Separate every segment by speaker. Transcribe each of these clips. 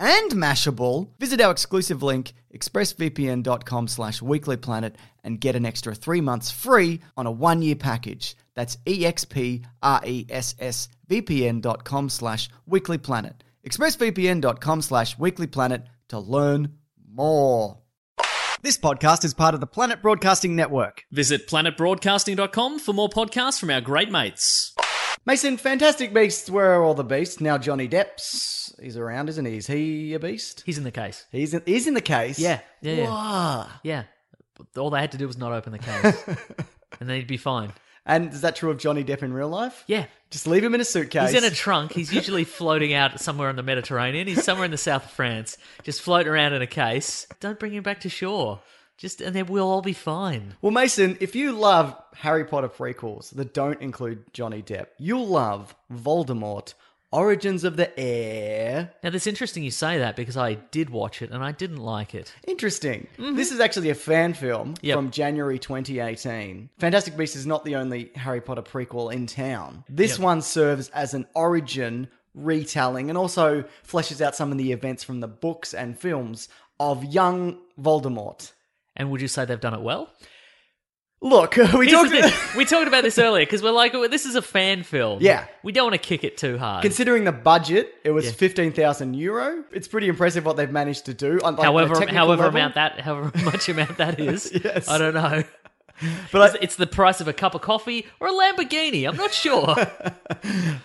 Speaker 1: and Mashable, visit our exclusive link, expressvpn.com slash weeklyplanet, and get an extra three months free on a one-year package. That's E expressvpn.com slash weeklyplanet. expressvpn.com slash weeklyplanet to learn more. This podcast is part of the Planet Broadcasting Network.
Speaker 2: Visit planetbroadcasting.com for more podcasts from our great mates.
Speaker 1: Mason, Fantastic Beasts, where are all the beasts? Now Johnny Depp's, he's around, isn't he? Is he a beast?
Speaker 3: He's in the case.
Speaker 1: He's in, he's in the case.
Speaker 3: Yeah. Yeah. yeah.
Speaker 1: Wah.
Speaker 3: Yeah. But All they had to do was not open the case. and then he'd be fine.
Speaker 1: And is that true of Johnny Depp in real life?
Speaker 3: Yeah.
Speaker 1: Just leave him in a suitcase.
Speaker 3: He's in a trunk. He's usually floating out somewhere in the Mediterranean. He's somewhere in the south of France, just floating around in a case. Don't bring him back to shore. Just and then we'll all be fine.
Speaker 1: well, Mason, if you love Harry Potter prequels that don't include Johnny Depp, you'll love Voldemort, Origins of the Air.
Speaker 3: Now, that's interesting you say that because I did watch it and I didn't like it.
Speaker 1: Interesting. This is actually a fan film
Speaker 3: Mm-hmm. Yep.
Speaker 1: from January 2018. Fantastic Beasts is not the only Harry Potter prequel in town. This
Speaker 3: Yep.
Speaker 1: one serves as an origin retelling and also fleshes out some of the events from the books and films of young Voldemort.
Speaker 3: And would you say they've done it well?
Speaker 1: Look, we
Speaker 3: Here's the
Speaker 1: talked
Speaker 3: thing. we talked about this earlier because we're like, well, this is a fan film.
Speaker 1: Yeah.
Speaker 3: We don't want to kick it too hard.
Speaker 1: Considering the budget, it was
Speaker 3: Yeah.
Speaker 1: fifteen thousand euro. It's pretty impressive what they've managed to do. On, like, a
Speaker 3: however,
Speaker 1: technical
Speaker 3: however
Speaker 1: level.
Speaker 3: amount that, however much amount that is,
Speaker 1: Yes.
Speaker 3: I don't know.
Speaker 1: But I-
Speaker 3: It's- it's the price of a cup of coffee or a Lamborghini. I'm not sure.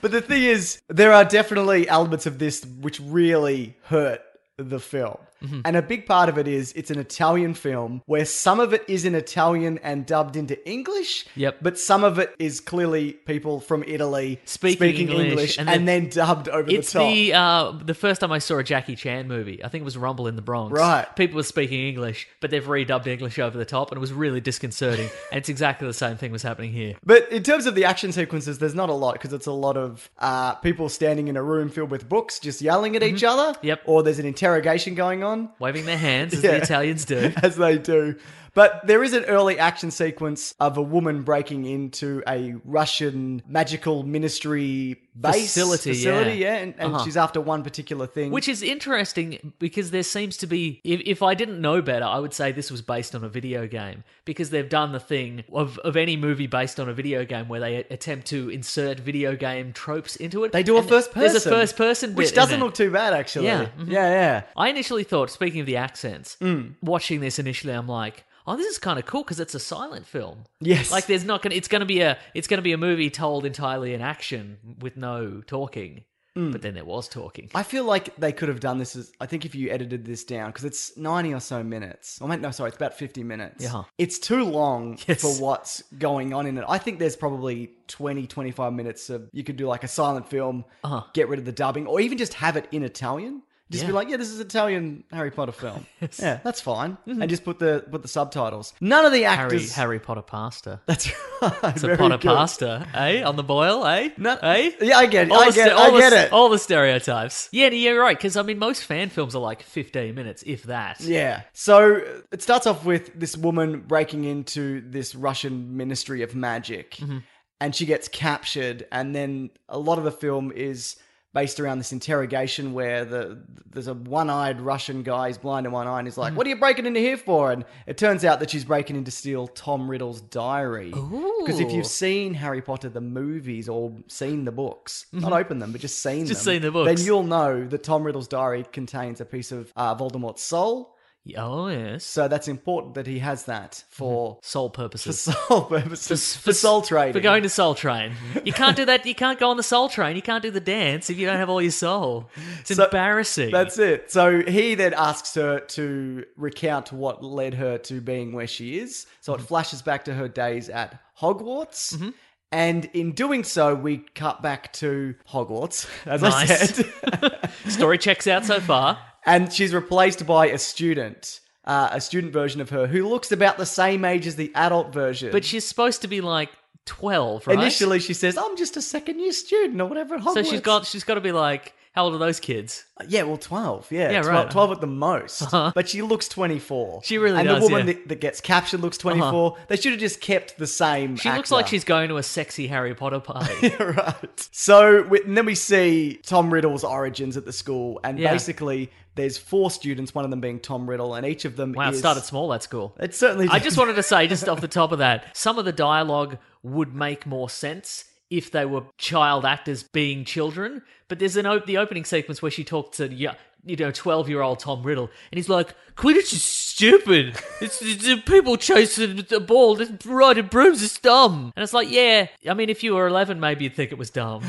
Speaker 1: But the thing is, there are definitely elements of this which really hurt the film.
Speaker 3: Mm-hmm.
Speaker 1: And a big part of it is it's an Italian film where some of it is in Italian and dubbed into English.
Speaker 3: Yep.
Speaker 1: But some of it is clearly people from Italy
Speaker 3: Speaking English
Speaker 1: and,
Speaker 3: and
Speaker 1: then,
Speaker 3: then-
Speaker 1: dubbed over
Speaker 3: It's
Speaker 1: the top.
Speaker 3: the uh, the first time I saw a Jackie Chan movie. I think it was Rumble in the Bronx.
Speaker 1: Right.
Speaker 3: People were speaking English, but they've redubbed English over the top, and it was really disconcerting. and it's exactly the same thing was happening here.
Speaker 1: But in terms of the action sequences, there's not a lot because it's a lot of uh, people standing in a room filled with books just yelling at each other.
Speaker 3: Mm-hmm. Yep.
Speaker 1: Or there's an interrogation going on.
Speaker 3: Waving their hands as
Speaker 1: Yeah.
Speaker 3: the Italians do.
Speaker 1: as they do. But there is an early action sequence of a woman breaking into a Russian magical ministry base
Speaker 3: Facility, yeah.
Speaker 1: and, and
Speaker 3: Uh-huh.
Speaker 1: she's after one particular thing.
Speaker 3: Which is interesting because there seems to be, if, if I didn't know better, I would say this was based on a video game because they've done the thing of, of any movie based on a video game where they attempt to insert video game tropes into it.
Speaker 1: they do a
Speaker 3: And
Speaker 1: first person,
Speaker 3: There's a first person bit
Speaker 1: which
Speaker 3: in
Speaker 1: doesn't
Speaker 3: it.
Speaker 1: look too bad actually.
Speaker 3: Yeah, mhm.
Speaker 1: yeah, yeah.
Speaker 3: I initially thought, speaking of the accents,
Speaker 1: Hmm.
Speaker 3: watching this initially, I'm like, oh, this is kind of cool because it's a silent film.
Speaker 1: Yes.
Speaker 3: like there's not gonna, it's gonna be a, it's gonna be a movie told entirely in action with no talking.
Speaker 1: Hmm.
Speaker 3: But then there was talking.
Speaker 1: I feel like they could have done this as I think if you edited this down because it's ninety or so minutes. I mean, no, sorry, it's about fifty minutes.
Speaker 3: Yeah.
Speaker 1: it's too long
Speaker 3: Yes.
Speaker 1: for what's going on in it. I think there's probably 20, 25 minutes of you could do like a silent film,
Speaker 3: Uh-huh.
Speaker 1: get rid of the dubbing, or even just have it in Italian. Just
Speaker 3: Yeah.
Speaker 1: be like, yeah, this is Italian Harry Potter film.
Speaker 3: Yes. Mm-hmm.
Speaker 1: Yeah, that's fine. And just put the put the subtitles. None of the
Speaker 3: Harry,
Speaker 1: actors.
Speaker 3: Harry Potter pasta.
Speaker 1: That's right.
Speaker 3: It's a
Speaker 1: very
Speaker 3: pot of
Speaker 1: good.
Speaker 3: pasta, eh? On the boil, eh?
Speaker 1: No-
Speaker 3: eh?
Speaker 1: Yeah, I get it.
Speaker 3: All
Speaker 1: I
Speaker 3: the
Speaker 1: get,
Speaker 3: ste-
Speaker 1: it.
Speaker 3: all
Speaker 1: I
Speaker 3: the,
Speaker 1: get
Speaker 3: s-
Speaker 1: it.
Speaker 3: All the stereotypes. Yeah, yeah, you're right. Because I mean, most fan films are like 15 minutes, if that.
Speaker 1: Yeah. So uh, it starts off with this woman breaking into this Russian Ministry of Magic,
Speaker 3: Mm-hmm.
Speaker 1: and she gets captured. And then a lot of the film is based around this interrogation where the there's a one-eyed Russian guy, he's blind in one eye, and he's like,
Speaker 3: Mm-hmm.
Speaker 1: "What are you breaking into here for?" And it turns out that she's breaking in to steal Tom Riddle's diary. Because if
Speaker 3: Ooh.
Speaker 1: you've seen Harry Potter the movies or seen the books, not open them, but just seen
Speaker 3: Mm-hmm. Just
Speaker 1: them,
Speaker 3: seen the
Speaker 1: then
Speaker 3: books.
Speaker 1: you'll know that Tom Riddle's diary contains a piece of uh, Voldemort's soul.
Speaker 3: Oh yes.
Speaker 1: So that's important that he has that for for
Speaker 3: Soul purposes.
Speaker 1: soul purposes, for, soul trading.
Speaker 3: Mm-hmm. For going to Soul Train. You can't do that. You can't go on the Soul Train. You can't do the dance if you don't have all your soul. It's
Speaker 1: So,
Speaker 3: embarrassing.
Speaker 1: that's it. So he then asks her to recount what led her to being where she is. So
Speaker 3: Mm-hmm.
Speaker 1: it flashes back to her days at Hogwarts. And in doing so, we cut back to Hogwarts, as I
Speaker 3: Nice.
Speaker 1: said.
Speaker 3: Story checks out so far.
Speaker 1: and she's replaced by a student, uh, a student version of her who looks about the same age as the adult version.
Speaker 3: But she's supposed to be like 12, right?
Speaker 1: Initially, she says, "I'm just a second year student or whatever." At Hogwarts.
Speaker 3: So she's got she's got to be like, how old are those kids?
Speaker 1: yeah, well, twelve, yeah,
Speaker 3: Yeah,
Speaker 1: 12,
Speaker 3: right. Uh-huh.
Speaker 1: 12 at the most. But she looks twenty four.
Speaker 3: She really
Speaker 1: and
Speaker 3: does,
Speaker 1: the woman
Speaker 3: yeah. Uh-huh.
Speaker 1: that, that gets captured looks twenty They should have just kept the same.
Speaker 3: She looks
Speaker 1: actor.
Speaker 3: like she's going to a sexy Harry Potter party.
Speaker 1: right. So we, and then we see Tom Riddle's origins at the school, and
Speaker 3: Yeah.
Speaker 1: basically there's four students, one of them being Tom Riddle, and each of them
Speaker 3: wow, it
Speaker 1: is
Speaker 3: started small. That's cool.
Speaker 1: It certainly.
Speaker 3: I
Speaker 1: did.
Speaker 3: just wanted to say, just off the top of that, some of the dialogue would make more sense if they were child actors being children. But there's an op- the opening sequence where she talks to yo- you know twelve year old Tom Riddle, and he's like, "Quidditch is stupid. It's, it's people chasing the ball. This riding brooms is dumb." And it's like, yeah, I mean, if you were eleven, maybe you'd think it was dumb,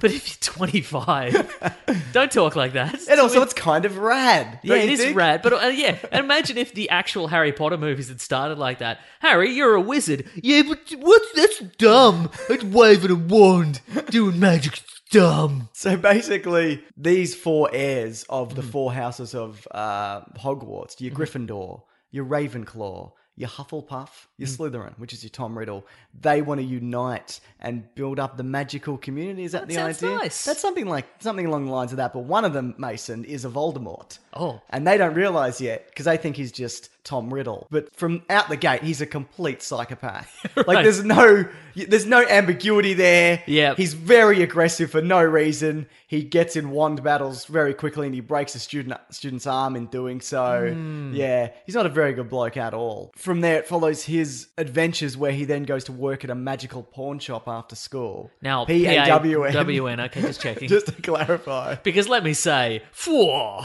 Speaker 3: but if you're twenty five, don't talk like that.
Speaker 1: and also, it's kind of rad.
Speaker 3: Yeah,
Speaker 1: don't
Speaker 3: it
Speaker 1: you
Speaker 3: is
Speaker 1: think?
Speaker 3: rad. But uh, yeah, and imagine if the actual Harry Potter movies had started like that. Harry, you're a wizard. Yeah, but what's that's dumb. It's waving a wand, doing magic. it's Dumb.
Speaker 1: So basically, these four heirs of the
Speaker 3: Mm-hmm.
Speaker 1: four houses of uh, Hogwarts your Gryffindor, your Ravenclaw, your Hufflepuff, your
Speaker 3: Mm-hmm.
Speaker 1: Slytherin, which is your Tom Riddle, they want to unite and build up the magical community. Is that,
Speaker 3: That
Speaker 1: the
Speaker 3: sounds
Speaker 1: idea?
Speaker 3: nice.
Speaker 1: That's something like something along the lines of that. But one of them, Mason, is a Voldemort.
Speaker 3: Oh.
Speaker 1: And they don't realize yet because they think he's just Tom Riddle. But from out the gate, he's a complete psychopath. Like
Speaker 3: Right.
Speaker 1: there's no there's no ambiguity there.
Speaker 3: Yeah.
Speaker 1: He's very aggressive for no reason. He gets in wand battles very quickly and he breaks a student student's arm in doing so. Yeah. He's not a very good bloke at all. From there it follows his adventures where he then goes to work at a magical pawn shop after school.
Speaker 3: Now
Speaker 1: P A W N.
Speaker 3: WN. Okay, just checking.
Speaker 1: Just to clarify.
Speaker 3: because let me say, four,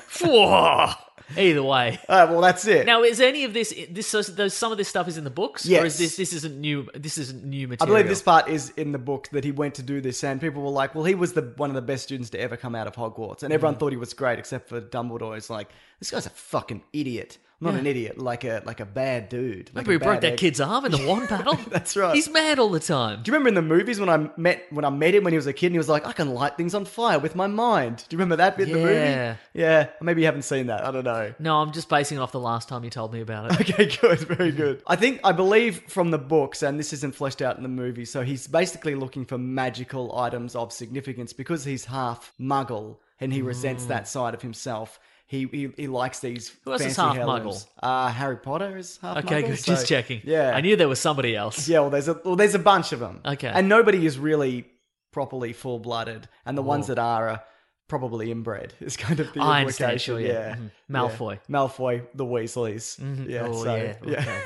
Speaker 3: four. Either way.
Speaker 1: Alright, well that's it.
Speaker 3: Now, is any of this this so those, some of this stuff is in the books, or
Speaker 1: Yes.
Speaker 3: is this this isn't new? This isn't new
Speaker 1: I
Speaker 3: material.
Speaker 1: believe this part is in the book that he went to do this, and people were like, "Well, he was the one of the best students to ever come out of Hogwarts," and
Speaker 3: Mm-hmm.
Speaker 1: everyone thought he was great, except for Dumbledore. Is like, "This guy's a fucking idiot." Not an idiot, like a like a bad dude. Like
Speaker 3: Remember, he
Speaker 1: a
Speaker 3: broke
Speaker 1: bad
Speaker 3: that
Speaker 1: egg.
Speaker 3: kid's arm in the wand battle.
Speaker 1: That's right.
Speaker 3: He's mad all the time.
Speaker 1: Do you remember in the movies when I met when I met him when he was a kid and he was like, I can light things on fire with my mind. Do you remember that bit in the
Speaker 3: Yeah.
Speaker 1: movie? Yeah. Maybe you haven't seen that. I don't know.
Speaker 3: No, I'm just basing it off the last time you told me about it.
Speaker 1: Okay, good, very good. I think I believe from the books, and this isn't fleshed out in the movie. So he's basically looking for magical items of significance because he's half Muggle and he resents that side of himself. He he, he likes these.
Speaker 3: Hmm. Who else
Speaker 1: fancy
Speaker 3: is half
Speaker 1: emblems. Uh, Harry Potter is half.
Speaker 3: Okay,
Speaker 1: Muggle,
Speaker 3: good.
Speaker 1: so-
Speaker 3: Just checking.
Speaker 1: Yeah,
Speaker 3: I knew there was somebody else.
Speaker 1: Yeah, well, there's a well, there's a bunch of them.
Speaker 3: Okay.
Speaker 1: and nobody is really properly full blooded, and the ones that are. are Probably inbred is kind of the
Speaker 3: I
Speaker 1: implication.
Speaker 3: understand, sure, yeah.
Speaker 1: yeah.
Speaker 3: Mhm.
Speaker 1: Yeah.
Speaker 3: Malfoy.
Speaker 1: Malfoy, the Weasleys. Yeah,
Speaker 3: oh,
Speaker 1: so,
Speaker 3: yeah.
Speaker 1: yeah.
Speaker 3: Okay.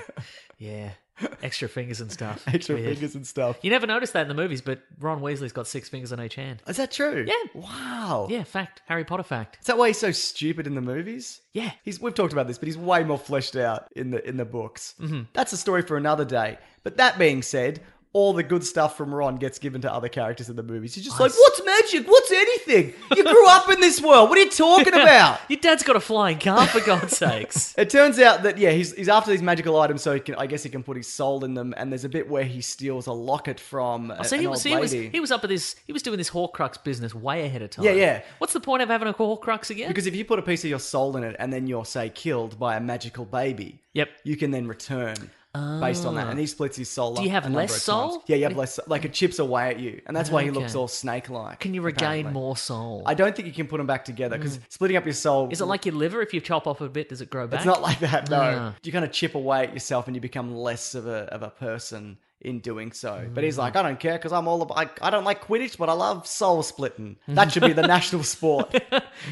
Speaker 3: yeah. Extra fingers and stuff.
Speaker 1: extra
Speaker 3: Weird.
Speaker 1: fingers and stuff.
Speaker 3: You never noticed that in the movies, but Ron Weasley's got six fingers on each hand.
Speaker 1: Is that true?
Speaker 3: Yeah.
Speaker 1: Wow.
Speaker 3: Yeah, fact. Harry Potter fact.
Speaker 1: Is that why he's so stupid in the movies?
Speaker 3: Yeah.
Speaker 1: He's we've talked about this, but he's way more fleshed out in the in the books. Mm-hmm. That's a story for another day. But that being said, all the good stuff from Ron gets given to other characters in the movies. He's just
Speaker 3: I
Speaker 1: like,
Speaker 3: see.
Speaker 1: what's magic? What's anything? You grew up in this world. What are you talking about?
Speaker 3: Your dad's got a flying car, for God's sakes.
Speaker 1: It turns out that yeah, he's, he's after these magical items, so he can, I guess he can put his soul in them. And there's a bit where he steals a locket from a,
Speaker 3: Oh, So
Speaker 1: an
Speaker 3: he was,
Speaker 1: old
Speaker 3: he was
Speaker 1: lady.
Speaker 3: he was up at this he was doing this Horcrux business way ahead of time.
Speaker 1: Yeah, yeah.
Speaker 3: What's the point of having a Horcrux again?
Speaker 1: because if you put a piece of your soul in it, and then you're say killed by a magical baby,
Speaker 3: Yep.
Speaker 1: you can then return based on that. And he splits his soul.
Speaker 3: Do
Speaker 1: up
Speaker 3: you have
Speaker 1: a number
Speaker 3: less
Speaker 1: of
Speaker 3: soul?
Speaker 1: Times. Yeah, you have less. Like it chips away at you, and that's why he looks
Speaker 3: Okay.
Speaker 1: all snake-like.
Speaker 3: Can you regain
Speaker 1: apparently.
Speaker 3: more soul?
Speaker 1: I don't think you can put them back together because splitting up your soul
Speaker 3: Is it like your liver? If you chop off a bit, does it grow back?
Speaker 1: It's not like that, no.
Speaker 3: Ah.
Speaker 1: You kind of chip away at yourself and you become less of a, of a person in doing so. But he's
Speaker 3: Mm.
Speaker 1: like, I don't care because I'm all about, I, I don't like Quidditch, but I love soul splitting. That should be the national sport.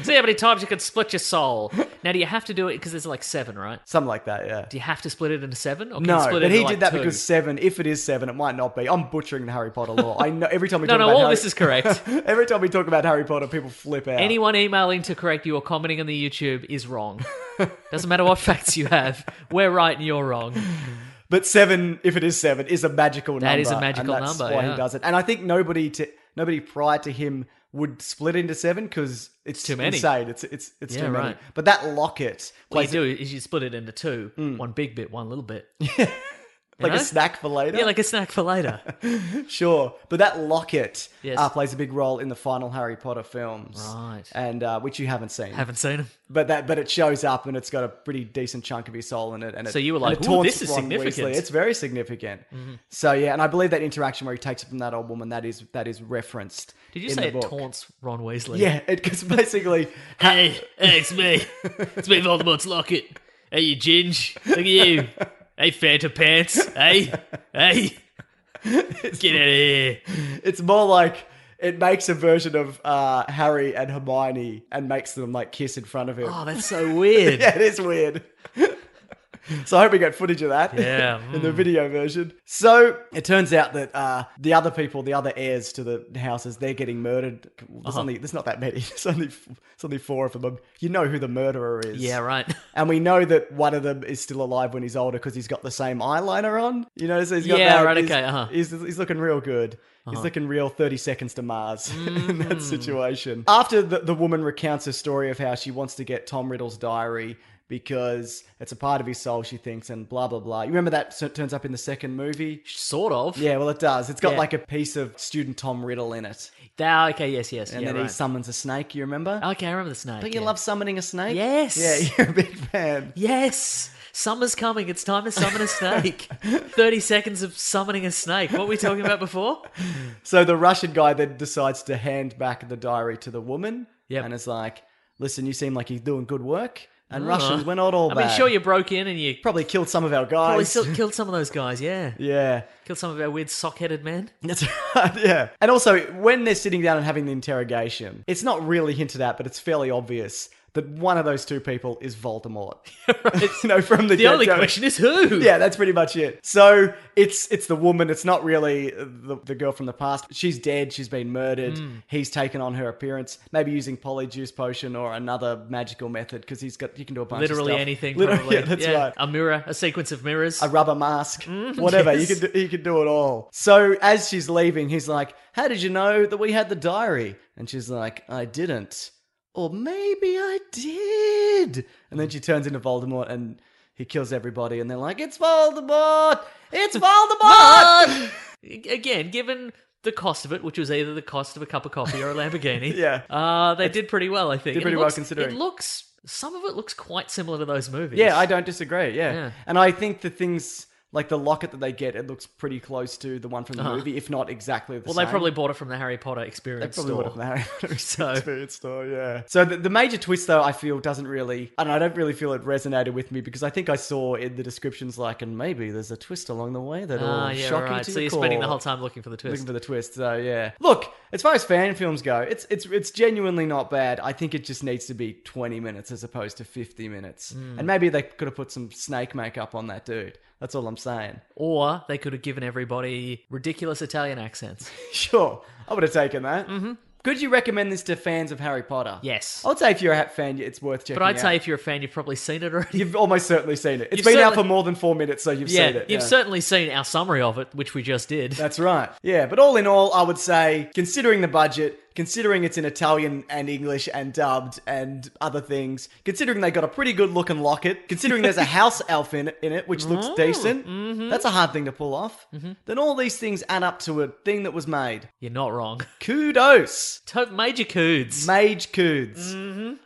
Speaker 3: See how many times you can split your soul. Now, do you have to do it because there's like seven, right?
Speaker 1: Something like that, yeah.
Speaker 3: Do you have to split it into seven? Or can you
Speaker 1: No,
Speaker 3: split
Speaker 1: but
Speaker 3: it
Speaker 1: he
Speaker 3: into,
Speaker 1: did that
Speaker 3: like, two?
Speaker 1: because seven, if it is seven, it might not be. I'm butchering the Harry Potter law. I know every time we
Speaker 3: No,
Speaker 1: talk
Speaker 3: no,
Speaker 1: about
Speaker 3: all
Speaker 1: Harry,
Speaker 3: this is correct.
Speaker 1: Every time we talk about Harry Potter, people flip out.
Speaker 3: Anyone emailing to correct you or commenting on the YouTube is wrong. Doesn't matter what facts you have, we're right and you're wrong.
Speaker 1: But seven, if it is seven, is a magical number.
Speaker 3: That is a magical
Speaker 1: and that's
Speaker 3: number,
Speaker 1: Why he
Speaker 3: yeah.
Speaker 1: does it, and I think nobody to nobody prior to him would split into seven because it's
Speaker 3: Too many.
Speaker 1: Insane. It's it's it's
Speaker 3: Yeah,
Speaker 1: too many.
Speaker 3: right.
Speaker 1: But that locket
Speaker 3: What
Speaker 1: plays
Speaker 3: you do is you split it into two: one big bit, one little bit. You
Speaker 1: Mm. like
Speaker 3: know?
Speaker 1: a snack for later.
Speaker 3: Yeah, like a snack for later.
Speaker 1: sure. But that locket
Speaker 3: Yes.
Speaker 1: uh, plays a big role in the final Harry Potter films,
Speaker 3: Right.
Speaker 1: And uh, which you haven't seen,
Speaker 3: Haven't seen them.
Speaker 1: but that but it shows up and it's got a pretty decent chunk of your soul in it. And it,
Speaker 3: So you were
Speaker 1: and
Speaker 3: like,
Speaker 1: it
Speaker 3: "Ooh,
Speaker 1: taunts
Speaker 3: this is
Speaker 1: Ron
Speaker 3: significant." Mm-hmm.
Speaker 1: Weasley. It's very significant. So yeah, and I believe that interaction where he takes it from that old woman that is that is referenced.
Speaker 3: Did you
Speaker 1: in
Speaker 3: say
Speaker 1: the
Speaker 3: it
Speaker 1: book.
Speaker 3: taunts Ron Weasley?
Speaker 1: Yeah, because basically,
Speaker 3: Hey, hey, it's me. It's me, Voldemort's locket. Hey, you ginge. Look at you. Hey, Fanta pants. Hey, hey. Get out of here.
Speaker 1: it's more like it makes a version of uh, Harry and Hermione and makes them like kiss in front of him.
Speaker 3: Oh, that's so weird.
Speaker 1: yeah, it is weird. so I hope we get footage of that.
Speaker 3: Yeah, mm.
Speaker 1: in the video version. So it turns out that uh, the other people, the other heirs to the houses, they're getting murdered. There's
Speaker 3: Uh-huh.
Speaker 1: only there's not that many. There's only there's only four of them. You know who the murderer is.
Speaker 3: Yeah, right.
Speaker 1: And we know that one of them is still alive when he's older because he's got the same eyeliner on. You know, so he's got
Speaker 3: Yeah,
Speaker 1: that.
Speaker 3: right,
Speaker 1: he's,
Speaker 3: okay, uh-huh.
Speaker 1: he's, he's looking real good. He's looking real 30 seconds to Mars in
Speaker 3: Mm.
Speaker 1: that situation. After the, the woman recounts her story of how she wants to get Tom Riddle's diary because it's a part of his soul, she thinks, and blah, blah, blah. You remember that so- turns up in the second movie?
Speaker 3: Sort of.
Speaker 1: Yeah, well, it does. It's got
Speaker 3: Yeah.
Speaker 1: like a piece of student Tom Riddle in it.
Speaker 3: Ah, okay, yes, yes.
Speaker 1: And
Speaker 3: yeah,
Speaker 1: then he
Speaker 3: right.
Speaker 1: summons a snake, you remember?
Speaker 3: Okay, I remember the snake.
Speaker 1: Don't you
Speaker 3: yeah.
Speaker 1: love summoning a snake?
Speaker 3: Yes.
Speaker 1: Yeah, you're a big fan.
Speaker 3: Yes! Summer's coming. It's time to summon a snake. 30 seconds of summoning a snake. What were we talking about before?
Speaker 1: So the Russian guy then decides to hand back the diary to the woman.
Speaker 3: Yep.
Speaker 1: And it's like, listen, you seem like you're doing good work. And Russians, we're not all
Speaker 3: Ah. I
Speaker 1: bad.
Speaker 3: mean, sure, you broke in and you
Speaker 1: probably killed some of our
Speaker 3: probably
Speaker 1: guys.
Speaker 3: still killed some of those guys, yeah.
Speaker 1: yeah.
Speaker 3: Killed some of our weird sock-headed men.
Speaker 1: That's right. Yeah. And also, when they're sitting down and having the interrogation, it's not really hinted at, but it's fairly obvious that one of those two people is Voldemort. you know, from the,
Speaker 3: The only
Speaker 1: get-go.
Speaker 3: question is who?
Speaker 1: Yeah, that's pretty much it. So it's it's the woman. It's not really the, the girl from the past. She's dead. She's been murdered.
Speaker 3: Hmm.
Speaker 1: He's taken on her appearance, maybe using polyjuice potion or another magical method because he's got. You can do a bunch
Speaker 3: Literally
Speaker 1: of stuff.
Speaker 3: anything,
Speaker 1: Literally-
Speaker 3: probably.
Speaker 1: Yeah, that's right.
Speaker 3: A mirror, a sequence of mirrors.
Speaker 1: A rubber mask,
Speaker 3: Mm.
Speaker 1: whatever you
Speaker 3: yes.
Speaker 1: could do, you could do it all. So as she's leaving, he's like, "How did you know that we had the diary?" And she's like, "I didn't, or maybe I did." And then she turns into Voldemort, and he kills everybody. And they're like, "It's Voldemort! It's Voldemort!"
Speaker 3: Again, given the cost of it, which was either the cost of a cup of coffee or a Lamborghini,
Speaker 1: Yeah.
Speaker 3: uh, they did pretty well, I think.
Speaker 1: did
Speaker 3: It
Speaker 1: pretty well
Speaker 3: looks-
Speaker 1: considering.
Speaker 3: It looks, some of it looks quite similar to those movies.
Speaker 1: Yeah, I don't disagree. Yeah.
Speaker 3: Yeah.
Speaker 1: And I think the things like the locket that they get, it looks pretty close to the one from the movie, if not exactly the
Speaker 3: Uh-huh. Well,
Speaker 1: same.
Speaker 3: they probably bought it from the Harry Potter experience
Speaker 1: Probably would
Speaker 3: store.
Speaker 1: have married her
Speaker 3: So-
Speaker 1: experience though, yeah. So the, the major twist though, I feel doesn't really, I don't, know, I don't really feel it resonated with me because I think I saw in the descriptions like, and maybe there's a twist along the way that'll
Speaker 3: Ah, yeah,
Speaker 1: shock you
Speaker 3: right.
Speaker 1: Oh, to
Speaker 3: So
Speaker 1: your
Speaker 3: you're spending the
Speaker 1: core.
Speaker 3: whole time looking for the twist.
Speaker 1: Looking for the twist, so yeah. Look, as far as fan films go, it's it's it's genuinely not bad. I think it just needs to be twenty minutes as opposed to fifty minutes,
Speaker 3: Hmm.
Speaker 1: and maybe they could have put some snake makeup on that dude. That's all I'm saying.
Speaker 3: Or they could have given everybody ridiculous Italian accents.
Speaker 1: Sure, I would have taken that. Mm-hmm. Could you recommend this to fans of Harry Potter?
Speaker 3: Yes.
Speaker 1: I would say if you're a Hat fan, it's worth checking
Speaker 3: But I'd
Speaker 1: out.
Speaker 3: say if you're a fan, you've probably seen it already.
Speaker 1: You've almost certainly seen it. It's
Speaker 3: You've
Speaker 1: been out for
Speaker 3: certainly-
Speaker 1: more than four minutes, so you've
Speaker 3: yeah,
Speaker 1: seen it.
Speaker 3: you've
Speaker 1: yeah.
Speaker 3: certainly seen our summary of it, which we just did.
Speaker 1: That's right. Yeah, but all in all, I would say, considering the budget, considering it's in Italian and English and dubbed and other things, considering they got a pretty good looking locket, considering there's a house elf in it, in it which looks decent, that's a hard thing to pull off. Then all these things add up to a thing that was made.
Speaker 3: You're not wrong.
Speaker 1: Kudos,
Speaker 3: To- Major Coods.
Speaker 1: Mage Coods.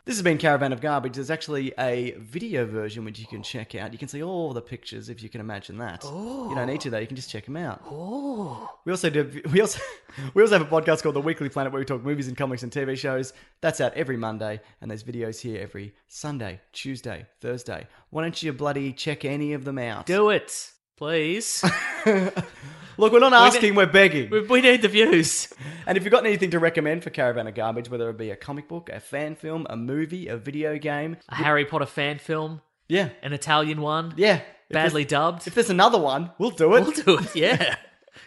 Speaker 1: This has been Caravan of Garbage. There's actually a video version which you can check out. You can see all the pictures if you can imagine that. You don't need to though. You can just check them out. We also do. We also we also have a podcast called The Weekly Planet where we talk movies and comics and TV shows. That's out every Monday, and there's videos here every Sunday, Tuesday, Thursday. Why don't you bloody check any of them out?
Speaker 3: Do it, please.
Speaker 1: Look, we're not asking, we're begging.
Speaker 3: we, we need the views.
Speaker 1: And if you've got anything to recommend for Caravan of Garbage, whether it be a comic book, a fan film, a movie, a video game,
Speaker 3: A Harry Potter fan film,
Speaker 1: yeah,
Speaker 3: an Italian one,
Speaker 1: yeah, If there's-
Speaker 3: badly dubbed.
Speaker 1: If there's another one, we'll do it.
Speaker 3: We'll do it. Yeah.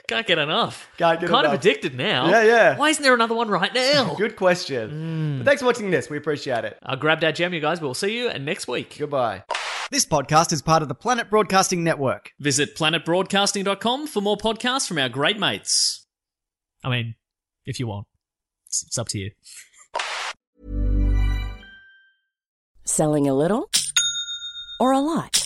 Speaker 3: Can't get enough.
Speaker 1: Can't get
Speaker 3: kind
Speaker 1: enough.
Speaker 3: of addicted now.
Speaker 1: Yeah, yeah.
Speaker 3: Why isn't there another one right now?
Speaker 1: Good question.
Speaker 3: Hmm.
Speaker 1: But thanks for watching this. We appreciate it.
Speaker 3: I grabbed our gem, you guys. We'll see you next week.
Speaker 1: Goodbye.
Speaker 4: This podcast is part of the Planet Broadcasting Network.
Speaker 5: Visit planetbroadcasting.com for more podcasts from our great mates.
Speaker 3: I mean, if you want, it's, it's up to you.
Speaker 6: Selling a little or a lot?